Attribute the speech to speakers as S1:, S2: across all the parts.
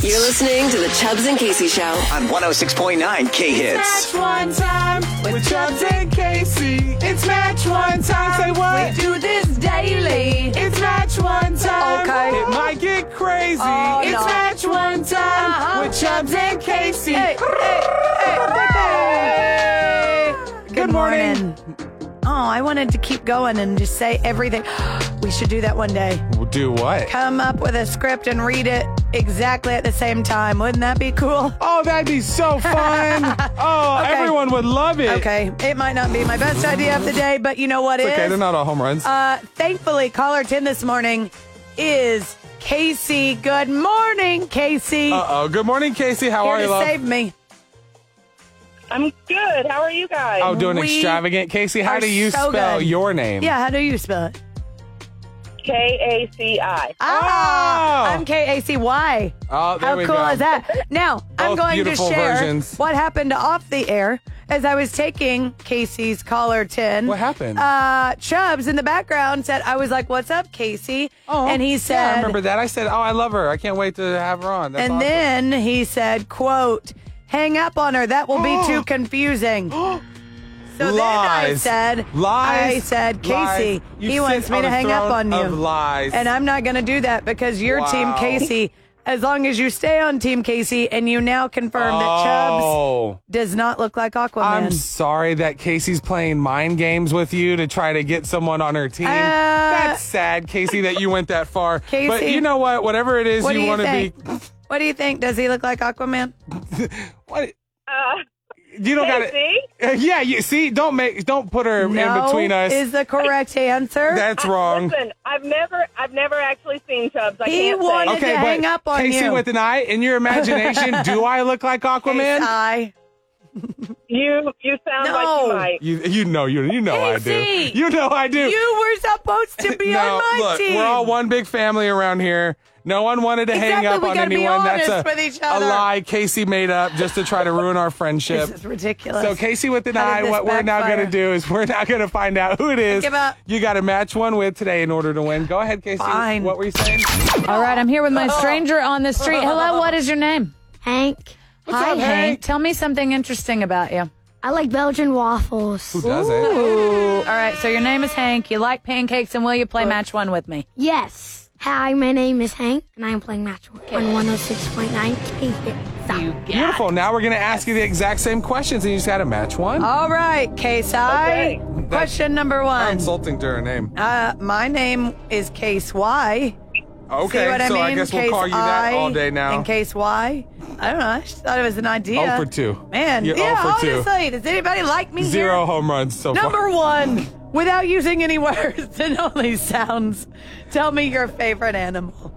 S1: You're listening to the Chubbs and Casey Show.
S2: on 106.9 K Hits.
S3: Match one time with Chubbs and Casey. It's match one time. Say what?
S4: We do this daily.
S3: It's match one time.
S4: Okay.
S3: It might get crazy.
S4: Oh,
S3: it's
S4: no.
S3: match one time
S4: Uh-huh.
S3: with Chubbs and Casey.
S4: Hey, hey, hey, hey.
S3: Good,
S4: Good
S3: morning.
S4: morning. Oh, I wanted to keep going and just say everything. We should do that one day.
S3: Do what?
S4: Come up with a script and read it exactly at the same time. Wouldn't that be cool?
S3: Oh, that'd be so fun. oh,
S4: Okay.
S3: everyone would love it.
S4: Okay, it might not be my best idea of the day, but you know what
S3: It's okay,
S4: is?
S3: they're not all home runs.
S4: Uh, thankfully, caller 10 this morning is Casey. Good morning, Casey.
S3: Uh-oh. Good morning, Casey. Uh, How
S4: Here
S3: are you,
S4: to
S3: love?
S4: save me.
S5: I'm good. How are you guys?
S3: oh, doing
S4: We
S3: extravagant. Casey, how
S4: are
S3: do you
S4: so
S3: spell
S4: good.
S3: your name?
S4: Yeah, how do you spell it?
S5: K A C I.
S4: Ah,
S3: Oh.
S4: I'm K A C Y.
S3: Oh, there
S4: How
S3: we
S4: cool
S3: go.
S4: is that? Now, I'm
S3: Both
S4: going to
S3: beautiful
S4: share
S3: versions.
S4: what happened off the air as I was taking Casey's caller 10.
S3: What happened?
S4: Uh, Chubbs in the background said, I was like, What's up, Casey?
S3: Oh,
S4: and he
S3: Yeah, I
S4: said,
S3: remember that. I said, "Oh, I love her. I can't wait to have her on." That's
S4: And
S3: awesome.
S4: then he said, quote, hang up on her. That will be too confusing. So then I
S3: lies.
S4: said,
S3: lies.
S4: I said,
S3: lies.
S4: Casey,
S3: You
S4: he
S3: sit
S4: wants me
S3: on
S4: to
S3: a
S4: hang up
S3: throne
S4: on you.
S3: Of lies.
S4: And I'm not going to do that because your team,
S3: Wow.
S4: Casey, as long as you stay on Team Casey and you now confirm that Chubbs
S3: Oh,
S4: does not look like Aquaman.
S3: I'm sorry that Casey's playing mind games with you to try to get someone on her team.
S4: Uh,
S3: That's sad, Casey, that you went that far. but
S4: Casey,
S3: you know what? Whatever it is
S4: what do you
S3: want to be,
S4: think? What do you think? Does he look like Aquaman?
S3: what
S5: Uh,
S3: you don't got it.
S5: Casey?
S3: Yeah, you see, don't make, don't put her
S4: no
S3: in between us.
S4: is the correct answer.
S3: That's
S5: I-
S3: wrong.
S5: Listen, I've never, I've never actually seen Chubbs. I
S4: He
S5: can't say.
S4: wanted-
S3: Okay,
S4: to
S3: but
S4: hang up on
S3: Casey
S4: you.
S3: with an eye in your imagination. do I look like Aquaman?
S4: I.
S5: You, you sound like
S4: No.
S5: you might.
S3: You, you know you you know I
S4: Casey!
S3: do. You know I do.
S4: You were supposed to be
S3: no,
S4: on my
S3: look,
S4: team.
S3: we're all one big family around here. No one wanted to hang
S4: Exactly,
S3: up
S4: we
S3: on
S4: gotta be
S3: anyone. That's a,
S4: honest with each
S3: a
S4: other.
S3: lie Casey made up just to try to ruin our
S4: This
S3: friendship.
S4: is ridiculous.
S3: So Casey with an
S4: How did
S3: eye,
S4: this
S3: what we're now
S4: backfire?
S3: going to do is we're now going to find out who it is.
S4: give up.
S3: You got to match one with today in order to win. Go ahead, Casey.
S4: Fine.
S3: What were you saying?
S6: All right, I'm here with
S3: Oh.
S6: my stranger on the street. Hello, what is your name?
S7: Hank,
S6: Hi,
S3: up, Hank?
S6: Tell me something interesting about you.
S7: I like Belgian waffles.
S3: Who does it?
S6: Ooh. All right, so your name is Hank. You like pancakes, and will you play match one with me?
S7: Yes. Hi, my name is Hank, and I'm playing Match One oh on 106.9 K Hits.
S3: Beautiful. Now we're going to ask you the exact same questions, and you just got to match one.
S4: all right, Case I. Question number
S3: How
S4: one.
S3: insulting to her name.
S4: Uh, my name is Case Y.
S3: Okay,
S4: See what I
S3: so
S4: mean?
S3: I guess we'll
S4: Case
S3: call you that
S4: I
S3: all day now.
S4: And Case Y. I don't know. I just thought it was an idea.
S3: Oh for two.
S4: Man,
S3: You're
S4: yeah.
S3: oh for two.
S4: honestly, does anybody like me
S3: Zero
S4: here?
S3: home runs so far.
S4: Number one, without using any words and only sounds, tell me your favorite animal.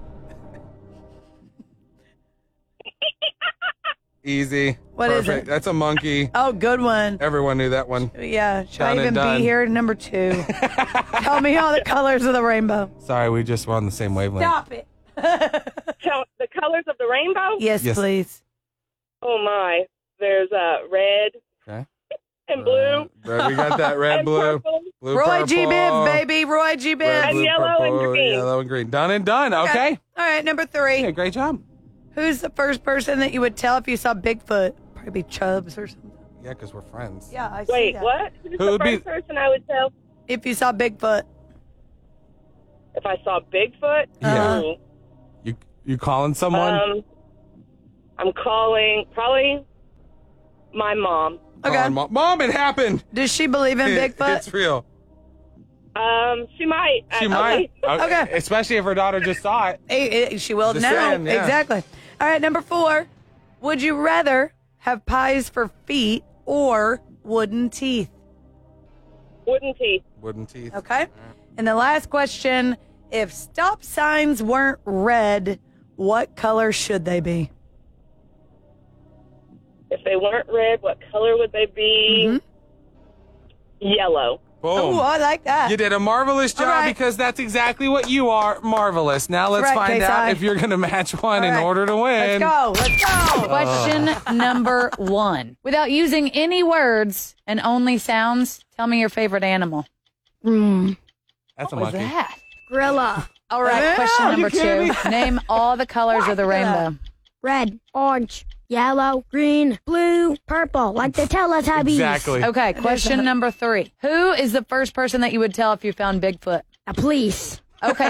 S3: Easy.
S4: What is
S3: Perfect.
S4: it?
S3: That's a monkey.
S4: Oh, good one.
S3: Everyone knew that one.
S4: Yeah, should
S3: Done
S4: I
S3: and
S4: even
S3: done.
S4: be here? Number two. Tell me all the colors of the rainbow.
S3: Sorry, we just were on the same wavelength.
S4: Stop it.
S5: Tell- the colors of the rainbow.
S4: Yes,
S3: Yes.
S4: please.
S5: Oh my! There's uh, red
S3: Okay.
S5: and blue
S3: But we got that red,
S5: and
S3: blue,
S5: purple.
S3: blue,
S4: Roy G.
S3: purple,
S4: Biv, baby. Roy G.
S3: red,
S4: Biv.
S5: And
S3: blue,
S5: yellow and
S3: purple,
S5: green.
S3: Yellow and green. Done and done. Okay.
S4: All right, number
S3: Yeah,
S4: three.
S3: great job.
S4: Who's the first person that you would tell if you saw Bigfoot? Probably Chubbs or something.
S3: Yeah, because we're friends.
S4: Yeah, I see
S5: Wait,
S4: that.
S5: what? Who's
S3: Who
S5: the
S3: would be-
S5: first person I would tell
S4: If you saw Bigfoot,
S5: if I saw Bigfoot?
S3: Yeah.
S5: Ooh.
S3: You you calling someone?
S5: Um, I'm calling probably my mom.
S3: Calling
S4: okay.
S3: Mom. Mom, it happened.
S4: does she believe in
S3: It-
S4: Bigfoot? Uh,
S3: It's real.
S5: Um, she might.
S3: She
S5: I-
S3: might. Uh,
S4: Okay.
S3: Especially if her daughter just saw it.
S4: Eh, eh, she will
S3: Just
S4: now.
S3: saying, yeah.
S4: Exactly. All right, number four. Would you rather have pies for feet or wooden teeth?
S5: Wooden teeth.
S3: Wooden teeth.
S4: Okay. And the last question if stop signs weren't red, what color should they be?
S5: If they weren't red, what color would they be? Yellow.
S3: Boom.
S4: Oh, I like that.
S3: You did a marvelous job
S4: All right.
S3: because that's exactly what you are, marvelous. Now let's
S4: Correct,
S3: find
S4: Casey.
S3: out if you're going to match one
S4: All
S3: in
S4: right.
S3: order to win.
S4: Let's go. Let's go.
S6: Question number one. Without using any words and only sounds, tell me your favorite animal.
S7: Mm.
S3: That's a
S6: What was
S3: monkey.
S6: that?
S7: Gorilla.
S6: All right,
S3: Yeah,
S6: question
S3: you
S6: number
S3: kidding
S6: two. Name all the colors of the rainbow.
S7: red, orange, yellow, green, blue, purple, like the Teletubbies.
S3: Exactly.
S4: Oh,
S6: Okay, question number three. Who is the first person that you would tell if you found Bigfoot?
S7: The police.
S6: Okay,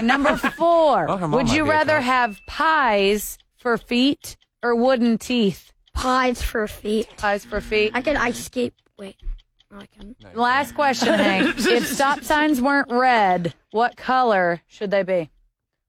S6: number four.
S3: Oh, her mom
S6: would
S3: might
S6: you
S3: be a
S6: rather
S3: cop.
S6: have pies for feet or wooden teeth?
S7: Pies for feet.
S6: Pies for feet.
S7: I can ice skate. Wait. No, I can. not
S6: Last question, Hank. if stop signs weren't red, what color should they be?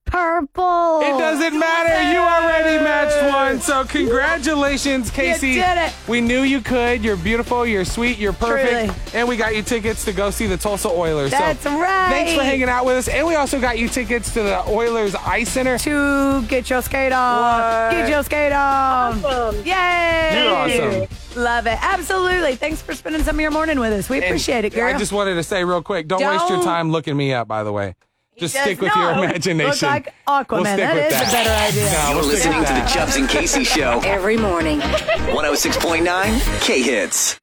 S7: Purple.
S3: It doesn't matter. You already matched one. So congratulations, Casey.
S4: did it.
S3: We knew you could. You're beautiful. You're sweet. You're perfect.
S4: Truly.
S3: And we got you tickets to go see the Tulsa Oilers.
S4: That's
S3: so
S4: right.
S3: Thanks for hanging out with us. And we also got you tickets to the Oilers Ice Center.
S4: to get your skate on.
S3: What?
S4: Get your skate on.
S5: Awesome.
S4: Yay!
S3: You're awesome.
S4: Love it. Absolutely. Thanks for spending some of your morning with us. We
S3: And
S4: appreciate it, girl.
S3: I just wanted to say real quick, don't, waste your
S4: Don't-
S3: time looking me up, by the way. Just
S4: does
S3: stick with
S4: not
S3: your
S4: look
S3: imagination.
S4: like Aquaman.
S3: We'll stick
S4: That
S3: with
S4: is a better idea.
S3: No,
S2: You're
S3: we'll stick
S2: listening
S3: with
S2: to
S3: that.
S2: the Chubbs and Casey Show.
S1: Every morning.
S2: 106.9 K Hits.